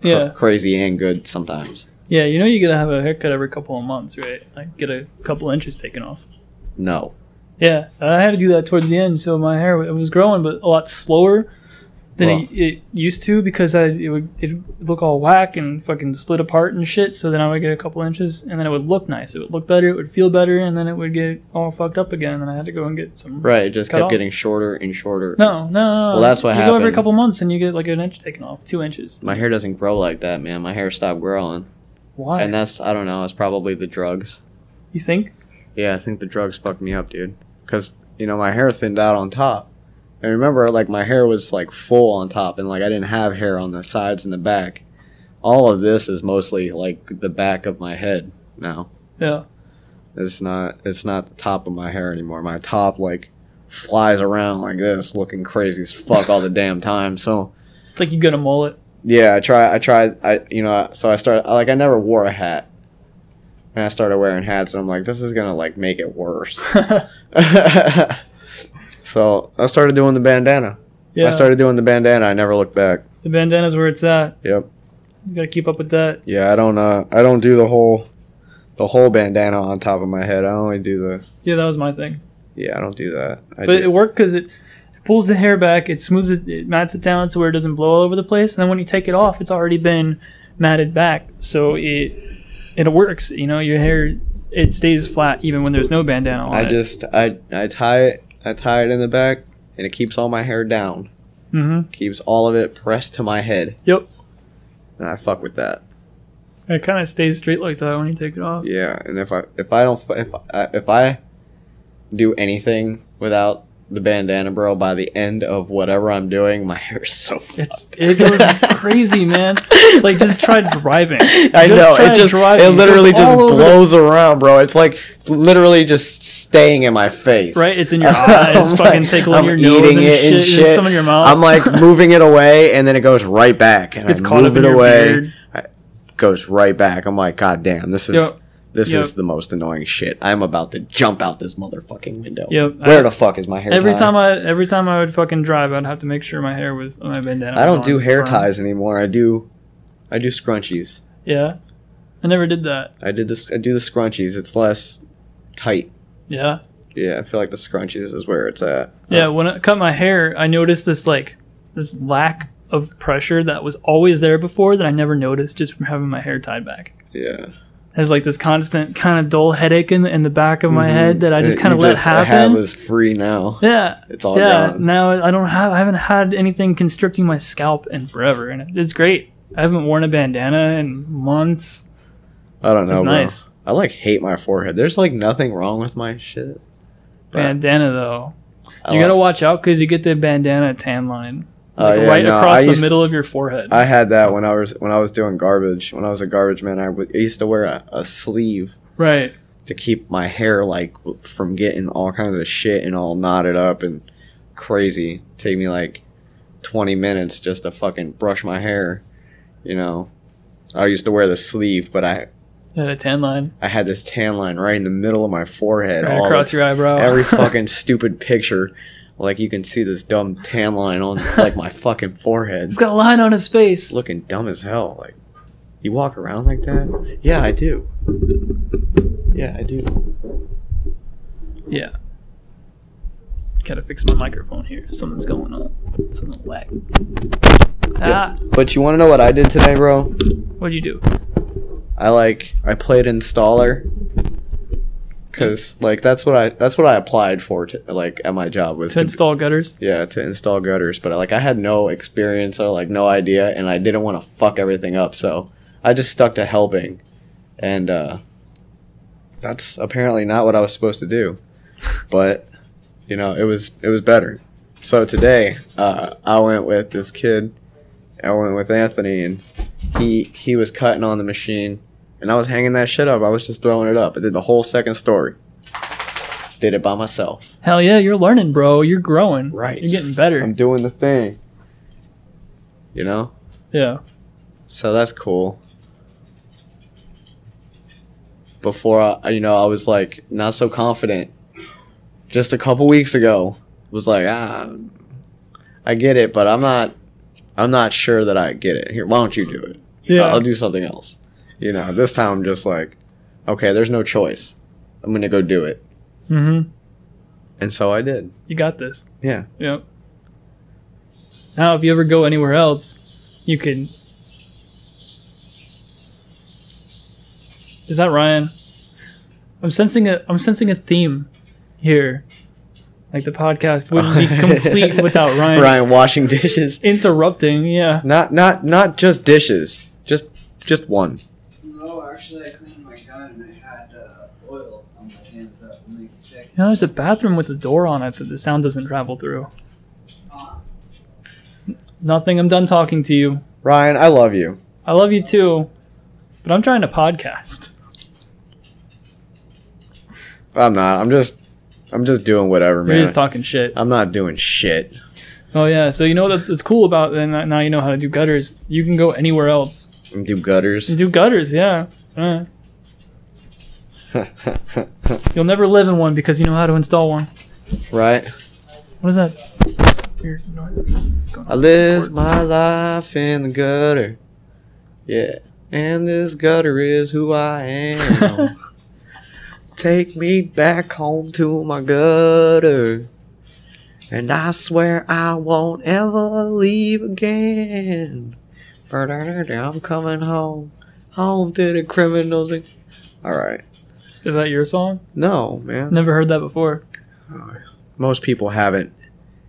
Speaker 1: Yeah.
Speaker 2: crazy and good sometimes
Speaker 1: Yeah, you know you're going to have a haircut every couple of months, right? Like get a couple inches taken off.
Speaker 2: no
Speaker 1: Yeah, I had to do that towards the end, so my hair it was growing, but a lot slower than
Speaker 2: Wow.
Speaker 1: it, it used to because I it would it look all whack and fucking split apart and shit. So then I would get a couple inches, and then it would look nice. It would look better. It would feel better, and then it would get all fucked up again. And I had to go and get some.
Speaker 2: right it just
Speaker 1: Cut
Speaker 2: kept
Speaker 1: off?
Speaker 2: getting shorter and shorter
Speaker 1: No, no, no.
Speaker 2: Well, that's what
Speaker 1: you Go every
Speaker 2: happened.
Speaker 1: couple months, and you get like an inch taken off, two inches.
Speaker 2: my hair doesn't grow like that man my hair stopped growing
Speaker 1: Why?
Speaker 2: and that's i don't know it's probably the drugs
Speaker 1: you think?
Speaker 2: Yeah, I think the drugs fucked me up, dude. Cause you know my hair thinned out on top. I remember like my hair was like full on top, and like I didn't have hair on the sides and the back. All of this is mostly like the back of my head now.
Speaker 1: Yeah.
Speaker 2: It's not. It's not the top of my hair anymore. My top like flies around like this, looking crazy as fuck all the damn time. So
Speaker 1: It's like you get a mullet.
Speaker 2: yeah, I try. I tried. I you know. So I started. Like I never wore a hat, and I started wearing hats, and I'm like, this is gonna like make it worse. so I started doing the bandana.
Speaker 1: Yeah.
Speaker 2: I started doing the bandana. I never looked back.
Speaker 1: the bandana's where it's at.
Speaker 2: Yep.
Speaker 1: You gotta keep up with that.
Speaker 2: Yeah. I don't. Uh. I don't do the whole, the whole bandana on top of my head. I only do the.
Speaker 1: Yeah, that was my thing.
Speaker 2: Yeah. I don't do that. I
Speaker 1: but
Speaker 2: do-
Speaker 1: it worked because it pulls the hair back, it smooths it, it mats it down so where it doesn't blow all over the place. And then when you take it off, it's already been matted back, so it it works. You know, your hair it stays flat even when there's no bandana on
Speaker 2: I
Speaker 1: it.
Speaker 2: just. I. I tie it. I tie it in the back, and it keeps all my hair down.
Speaker 1: Mhm.
Speaker 2: Keeps all of it pressed to my head.
Speaker 1: Yep.
Speaker 2: and I fuck with that.
Speaker 1: It kind of stays straight like that when you take it off.
Speaker 2: Yeah, and if I if I don't fu- if I, if I do anything without the bandana, bro, by the end of whatever I'm doing, my hair is so.
Speaker 1: It's it goes crazy, man. Like just try driving.
Speaker 2: I
Speaker 1: Just
Speaker 2: know
Speaker 1: try
Speaker 2: it just
Speaker 1: driving.
Speaker 2: it
Speaker 1: goes
Speaker 2: literally just
Speaker 1: all over the-
Speaker 2: blows around, bro. It's like it's literally just staying in my face.
Speaker 1: Right, it's in your
Speaker 2: I'm
Speaker 1: eyes, fucking
Speaker 2: like-
Speaker 1: tickling
Speaker 2: I'm
Speaker 1: your nose
Speaker 2: eating
Speaker 1: and
Speaker 2: it
Speaker 1: shit,
Speaker 2: and
Speaker 1: and
Speaker 2: shit.
Speaker 1: some in your mouth.
Speaker 2: I'm like moving it away, and then it goes right back, and
Speaker 1: it's
Speaker 2: I
Speaker 1: caught
Speaker 2: move
Speaker 1: up in
Speaker 2: it
Speaker 1: your
Speaker 2: away,
Speaker 1: beard.
Speaker 2: goes right back. I'm like, God damn, this is
Speaker 1: Yep.
Speaker 2: this
Speaker 1: Yep.
Speaker 2: is the most annoying shit. I'm about to jump out this motherfucking window.
Speaker 1: Yep.
Speaker 2: Where
Speaker 1: I-
Speaker 2: the fuck is my hair?
Speaker 1: Every
Speaker 2: tie?
Speaker 1: time I every time I would fucking drive, I'd have to make sure my hair was my bandana.
Speaker 2: I
Speaker 1: was
Speaker 2: don't
Speaker 1: on
Speaker 2: do hair
Speaker 1: front.
Speaker 2: ties anymore. I do, I do scrunchies.
Speaker 1: Yeah, I never did that.
Speaker 2: I did this. I do the scrunchies. It's less tight.
Speaker 1: Yeah,
Speaker 2: Yeah, I feel like the scrunchies is where it's at.
Speaker 1: yeah. When I cut my hair, I noticed this like this lack of pressure that was always there before that I never noticed just from having my hair tied back.
Speaker 2: Yeah.
Speaker 1: Has like this constant kind of dull headache in the, in the back of my head that I just
Speaker 2: Mm-hmm. It-
Speaker 1: kind of
Speaker 2: you
Speaker 1: let
Speaker 2: just- I have
Speaker 1: happen.
Speaker 2: is free now.
Speaker 1: Yeah,
Speaker 2: It's all
Speaker 1: yeah.
Speaker 2: gone.
Speaker 1: Now I don't have. I haven't had anything constricting my scalp in forever, and it's great. I haven't worn a bandana in months.
Speaker 2: I don't know.
Speaker 1: It's
Speaker 2: bro.
Speaker 1: nice.
Speaker 2: I like hate my forehead. There's like nothing wrong with my shit. but
Speaker 1: Bandana though.
Speaker 2: I
Speaker 1: You
Speaker 2: like-
Speaker 1: gotta watch out because you get the bandana tan line
Speaker 2: Oh,
Speaker 1: like,
Speaker 2: yeah,
Speaker 1: right
Speaker 2: no, I
Speaker 1: across the
Speaker 2: used-
Speaker 1: middle of your forehead.
Speaker 2: I had that when I was when I was doing garbage. When I was a garbage man, I w- I used to wear a, a sleeve
Speaker 1: right.
Speaker 2: to keep my hair like w- from getting all kinds of shit and all knotted up and crazy. Take me like twenty minutes just to fucking brush my hair. You know, I used to wear the sleeve, but I
Speaker 1: Yeah, the tan line
Speaker 2: I had this tan line right in the middle of my forehead.
Speaker 1: right
Speaker 2: all the
Speaker 1: across your eyebrow.
Speaker 2: every fucking stupid picture. Like you can see this dumb tan line on like my fucking forehead.
Speaker 1: He's got a line on his face.
Speaker 2: It's looking dumb as hell. Like you walk around like that? Yeah, I do. Yeah, I do.
Speaker 1: Yeah. Gotta fix my microphone here. Something's going on. Something whack. Ah,
Speaker 2: But you want to know what I did today, bro?
Speaker 1: what'd you do?
Speaker 2: I like I played installer. Cause like that's what I that's what I applied for to, like at my job was
Speaker 1: To
Speaker 2: to,
Speaker 1: install gutters?
Speaker 2: yeah to install gutters, but like I had no experience or like no idea, and I didn't want to fuck everything up, so I just stuck to helping, and uh, that's apparently not what I was supposed to do, but you know it was it was better. So today uh, I went with this kid, I went with Anthony, and he he was cutting on the machine, and I was hanging that shit up. I was just throwing it up. I did the whole second story. Did it by myself.
Speaker 1: Hell yeah, you're learning, bro. You're growing.
Speaker 2: Right.
Speaker 1: You're getting better.
Speaker 2: I'm doing the thing. You know?
Speaker 1: yeah.
Speaker 2: uh, So that's cool. Before I, you know, I was like not so confident. Just a couple weeks ago, was like, ah, I get it, but I'm not, I'm not sure that I get it. Here, why don't you do it?
Speaker 1: Yeah.
Speaker 2: I'll do something else. You know, this time I'm just like, okay, there's no choice. I'm gonna go do it,
Speaker 1: mm-hmm.
Speaker 2: and so I did.
Speaker 1: You got this.
Speaker 2: Yeah.
Speaker 1: Yep. Now, if you ever go anywhere else, you can. Is that Ryan? I'm sensing a I'm sensing a theme here. Like the podcast wouldn't be complete without Ryan,
Speaker 2: Ryan washing dishes.
Speaker 1: interrupting. Yeah.
Speaker 2: Not not not just dishes. Just just one.
Speaker 3: No, Oh, actually, I cleaned my gun and I had uh, oil on my hands that would make you sick.
Speaker 1: You know, there's a bathroom with a door on it that the sound doesn't travel through.
Speaker 3: Ah,
Speaker 1: Nothing. I'm done talking to you.
Speaker 2: Ryan, I love you.
Speaker 1: I love you too, but I'm trying to podcast.
Speaker 2: I'm not. I'm just I'm just doing whatever,
Speaker 1: We're
Speaker 2: man.
Speaker 1: just talking shit.
Speaker 2: I'm not doing shit.
Speaker 1: Oh yeah, so you know what that's cool about and now you know how to do gutters. You can go anywhere else
Speaker 2: I'm do gutters.
Speaker 1: and do gutters. Yeah, Uh,
Speaker 2: right?
Speaker 1: you'll never live in one because you know how to install one. What is that? Weird noise. What's going on?
Speaker 2: I live my life in the gutter. Yeah. And this gutter is who I am. Take me back home to my gutter. And I swear I won't ever leave again. I'm coming home. Home to the criminals. Alright.
Speaker 1: Is that your song?
Speaker 2: No, man.
Speaker 1: Never heard that before.
Speaker 2: Most people haven't.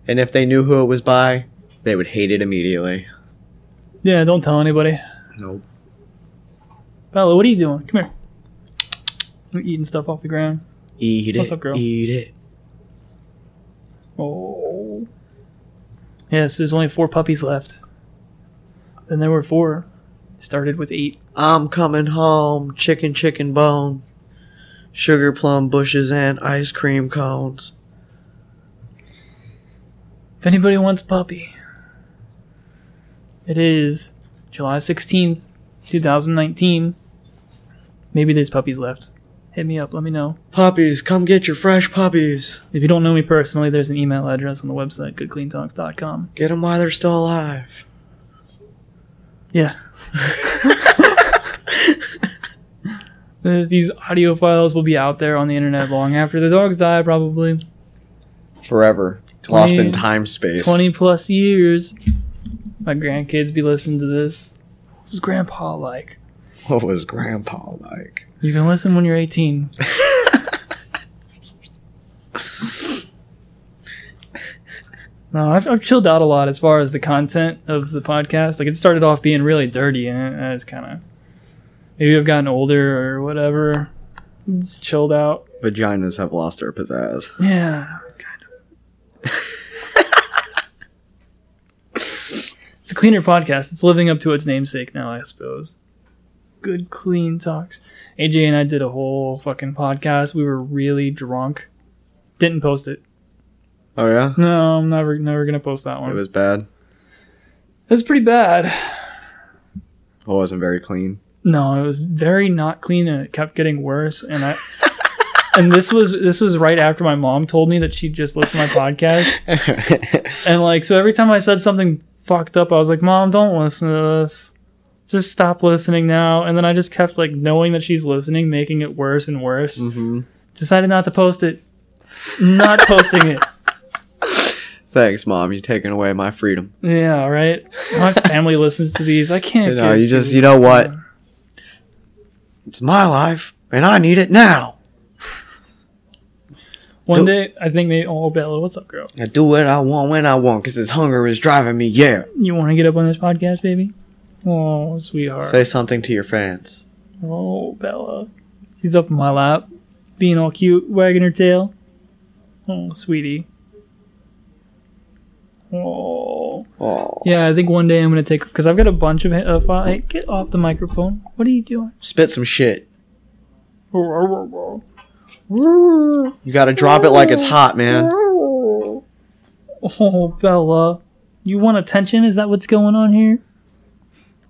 Speaker 2: And if they knew who it was by, they would hate it immediately.
Speaker 1: Yeah, don't tell anybody.
Speaker 2: Nope.
Speaker 1: Bella, what are you doing? Come here. You're eating stuff off the ground.
Speaker 2: Eat
Speaker 1: What's
Speaker 2: it.
Speaker 1: up, girl?
Speaker 2: Eat it.
Speaker 1: Oh. Yes, there's only four puppies left. Then there were four. Started with eight.
Speaker 2: I'm coming home. Chicken, chicken bone. Sugar plum bushes and ice cream cones.
Speaker 1: If anybody wants puppy, it is July 16th, 2019. Maybe there's puppies left. Hit me up, let me know.
Speaker 2: Puppies, come get your fresh puppies.
Speaker 1: If you don't know me personally, there's an email address on the website, goodcleantalks.com.
Speaker 2: Get them while they're still alive.
Speaker 1: Yeah. Uh, These audio files will be out there on the internet long after the dogs die, probably.
Speaker 2: Forever. Lost
Speaker 1: 20
Speaker 2: in time space.
Speaker 1: 20 plus years. My grandkids be listening to this. What was grandpa like?
Speaker 2: What was grandpa like?
Speaker 1: You can listen when you're 18. no, I've, I've chilled out a lot as far as the content of the podcast. Like, it started off being really dirty, and I was kind of. Maybe I've gotten older or whatever. It's chilled out.
Speaker 2: Vaginas have lost their pizzazz.
Speaker 1: Yeah, kind of. it's a cleaner podcast. It's living up to its namesake now, I suppose. Good clean talks. AJ and I did a whole fucking podcast. We were really drunk. Didn't post it.
Speaker 2: Oh yeah,
Speaker 1: No, I'm never never gonna post that
Speaker 2: it
Speaker 1: one.
Speaker 2: was bad.
Speaker 1: It's pretty bad.
Speaker 2: It wasn't very clean.
Speaker 1: No, it was very not clean and it kept getting worse and I and this was this was right after my mom told me that she just listened to my podcast
Speaker 2: Mm-hmm.
Speaker 1: And like, so every time I said something fucked up, I was like, Mom, don't listen to this. Just stop listening now. And then I just kept like knowing that she's listening, making it worse and worse.
Speaker 2: hmm
Speaker 1: Decided not to post it. Not posting it.
Speaker 2: Thanks, mom. You're taking away my freedom.
Speaker 1: Yeah, right. My family listens to these. I can't.
Speaker 2: You know,
Speaker 1: get
Speaker 2: you
Speaker 1: to-
Speaker 2: just, you know what? It's my life, and I need it now.
Speaker 1: One
Speaker 2: Don't-
Speaker 1: day, I think maybe. Oh, Bella, what's up, girl?
Speaker 2: I do what I want when I want, cause this hunger is driving me. Yeah.
Speaker 1: You want to get up on this podcast, baby? Oh, sweetheart.
Speaker 2: Say something to your fans.
Speaker 1: Oh, Bella. She's up in my lap, being all cute, wagging her tail. Oh, sweetie. Oh.
Speaker 2: Oh,
Speaker 1: Yeah, I think one day I'm going to take, because I've got a bunch of uh, file. Hey, get off the microphone. What are you doing?
Speaker 2: spit some shit.
Speaker 1: Oh,
Speaker 2: You gotta drop it like it's hot, man.
Speaker 1: Oh, Bella. You want attention? Is that what's going on here?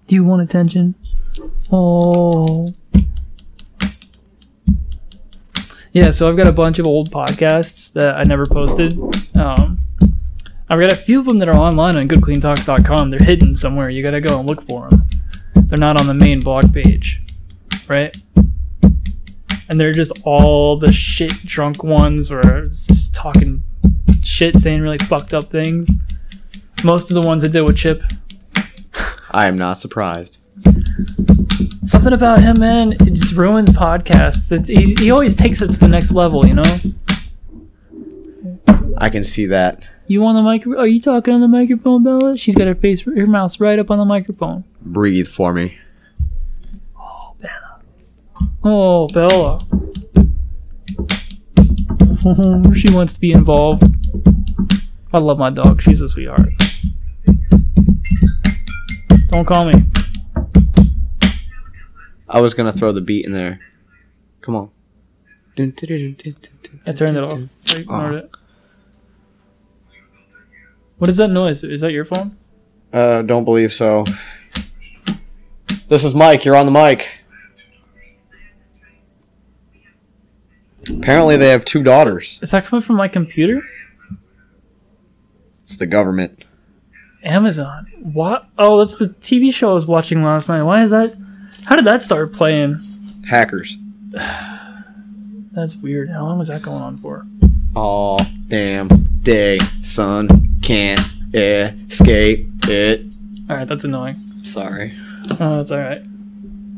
Speaker 1: Do you want attention? Oh. Yeah, so I've got a bunch of old podcasts that I never posted. Um, I've got a few of them that are online on goodcleantalks.com. They're hidden somewhere. You gotta go and look for them. They're not on the main blog page, right? And they're just all the shit drunk ones where it's just talking shit, saying really fucked up things. Most of the ones I did with Chip
Speaker 2: I am not surprised.
Speaker 1: something about him, man, it just ruins podcasts. It, he, he always takes it to the next level, you know.
Speaker 2: I can see that.
Speaker 1: You on the mic? Are you talking on the microphone, Bella? She's got her face, her mouth right up on the microphone.
Speaker 2: Breathe for me.
Speaker 1: Oh, Bella. she wants to be involved. I love my dog. She's a sweetheart. Don't call me.
Speaker 2: I was gonna throw the beat in there. Come on.
Speaker 1: I turned it off. I
Speaker 2: Ah.
Speaker 1: ignored it. What is that noise? Is that your phone?
Speaker 2: Uh, don't believe so. This is Mike. You're on the mic. Apparently, they have two daughters.
Speaker 1: Is that coming from my computer?
Speaker 2: It's the government.
Speaker 1: Amazon. What? Oh, that's the TV show I was watching last night. Why is that? How did that start playing?
Speaker 2: Hackers.
Speaker 1: That's weird. How long was that going on for?
Speaker 2: All damn day, son. Can't escape it.
Speaker 1: All right, that's annoying.
Speaker 2: Sorry.
Speaker 1: Oh, that's all right.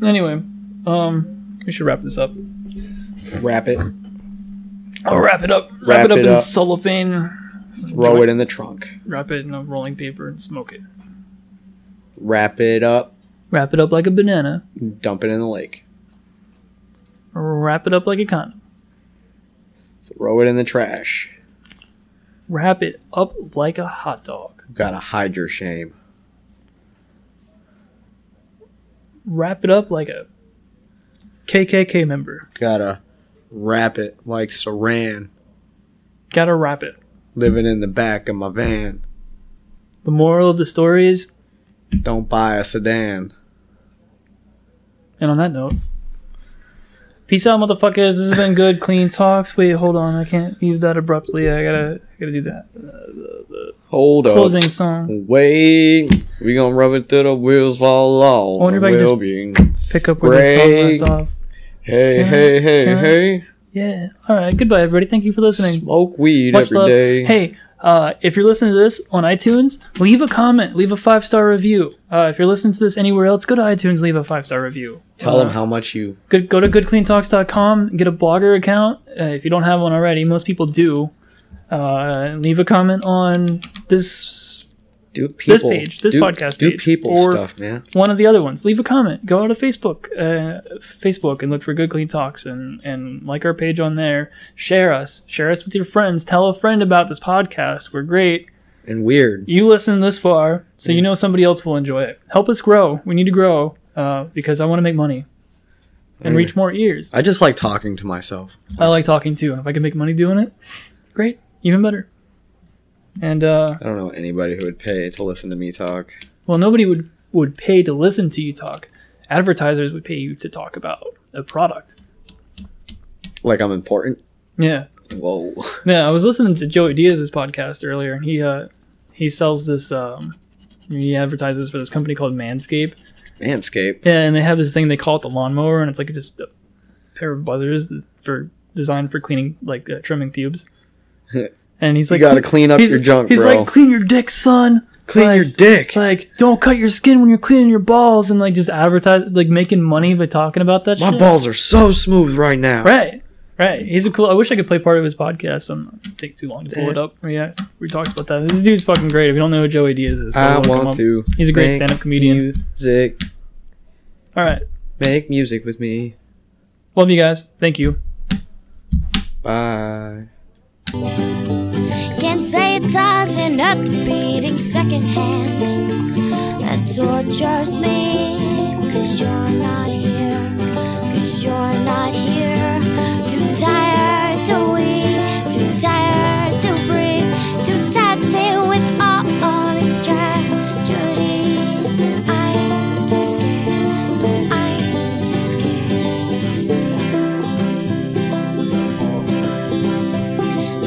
Speaker 1: Anyway, um, we should wrap this up.
Speaker 2: Wrap it.
Speaker 1: I'll wrap it up. Wrap,
Speaker 2: Wrap
Speaker 1: it up
Speaker 2: it
Speaker 1: in
Speaker 2: up.
Speaker 1: cellophane.
Speaker 2: Throw it in the trunk.
Speaker 1: Wrap it in a rolling paper and smoke it.
Speaker 2: Wrap it up.
Speaker 1: Wrap it up like a banana.
Speaker 2: Dump it in the lake.
Speaker 1: Wrap it up like a condom.
Speaker 2: Throw it in the trash.
Speaker 1: Wrap it up like a hot dog.
Speaker 2: You gotta hide your shame.
Speaker 1: Wrap it up like a KKK member.
Speaker 2: Gotta wrap it like saran.
Speaker 1: Gotta wrap it.
Speaker 2: Living in the back of my van.
Speaker 1: The moral of the story is,
Speaker 2: Don't buy a sedan.
Speaker 1: and on that note, peace out, motherfuckers. This has been good, clean talks. Wait, hold on. I can't leave that abruptly. I gotta, I gotta do that.
Speaker 2: Hold up.
Speaker 1: Closing song.
Speaker 2: Wait, we gonna rub it till the wheels fall off.
Speaker 1: I wonder if I can just-
Speaker 2: be.
Speaker 1: Pick up where this song
Speaker 2: Break.
Speaker 1: left off.
Speaker 2: Hey,
Speaker 1: Can I-
Speaker 2: hey, hey,
Speaker 1: can I-
Speaker 2: hey.
Speaker 1: Yeah. All right. Goodbye, everybody. Thank you for listening.
Speaker 2: Smoke weed
Speaker 1: Much
Speaker 2: every
Speaker 1: love.
Speaker 2: day.
Speaker 1: Hey, uh, if you're listening to this on iTunes, leave a comment, leave a five star review. Uh, if you're listening to this anywhere else, go to iTunes, leave a five star review.
Speaker 2: Tell them
Speaker 1: Uh,
Speaker 2: how much you.
Speaker 1: Good, go to goodcleantalks.com, get a blogger account uh, if you don't have one already. Most people do. Uh, and leave a comment on this
Speaker 2: Do people.
Speaker 1: page, this
Speaker 2: do,
Speaker 1: podcast
Speaker 2: Do
Speaker 1: page,
Speaker 2: people
Speaker 1: or-
Speaker 2: stuff, man.
Speaker 1: one of the other ones. Leave a comment. Go to Facebook, uh, Facebook, and look for Good Clean Talks, and and like our page on there. Share us, share us with your friends. Tell a friend about this podcast. We're great.
Speaker 2: And weird.
Speaker 1: you listen this far, so you know somebody else will enjoy it. Help us grow. We need to grow uh, because I want to make money and
Speaker 2: Mm.
Speaker 1: reach more ears.
Speaker 2: I just like talking to myself.
Speaker 1: I like talking too, and if I can make money doing it, great, even better. And uh,
Speaker 2: I don't know anybody who would pay to listen to me talk.
Speaker 1: well, nobody would would pay to listen to you talk. Advertisers would pay you to talk about a product.
Speaker 2: Like I'm important.
Speaker 1: Yeah,
Speaker 2: Whoa.
Speaker 1: yeah. I was listening to Joey Diaz's podcast earlier, and he uh, he sells this. Um, he advertises for this company called Manscaped.
Speaker 2: Manscaped.
Speaker 1: Yeah, and they have this thing they call it the lawnmower, and it's like just a pair of buzzers for designed for cleaning, like uh, trimming pubes. And he's
Speaker 2: You
Speaker 1: like,
Speaker 2: gotta clean up
Speaker 1: he's-
Speaker 2: your junk,
Speaker 1: He's
Speaker 2: bro.
Speaker 1: like, clean your dick, son.
Speaker 2: Clean
Speaker 1: like-
Speaker 2: your dick.
Speaker 1: Like, don't cut your skin when you're cleaning your balls, and like just advertise, like making money by talking about that.
Speaker 2: My
Speaker 1: shit.
Speaker 2: balls are so smooth right now.
Speaker 1: Right, right. He's a cool. I wish I could play part of his podcast. I'm it'd take too long to pull it up. Yeah, we talked about that. This dude's fucking great. If you don't know who Joey Diaz is, go
Speaker 2: I
Speaker 1: look him up.
Speaker 2: want to.
Speaker 1: He's a great
Speaker 2: make
Speaker 1: stand-up comedian.
Speaker 2: Music.
Speaker 1: All right,
Speaker 2: Make music with me.
Speaker 1: love you guys. Thank you.
Speaker 2: Bye.
Speaker 4: Can't say it doesn't up the beating secondhand that tortures me. Cause you're not here, cause you're not here. Too tired to weep, too tired to breathe, too tired to deal with all, all its tragedies. But I'm too scared, but I'm too scared to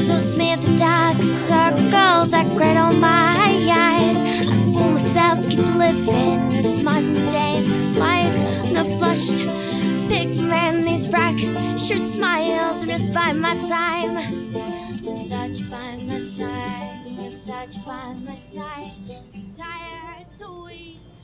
Speaker 4: see. So smear the dark circles I grate on my eyes. I fool myself to keep living this mundane life. No flushed pigman, these fractured smiles risked by my time. Without you by my side, without you by my side. Too tired to weep,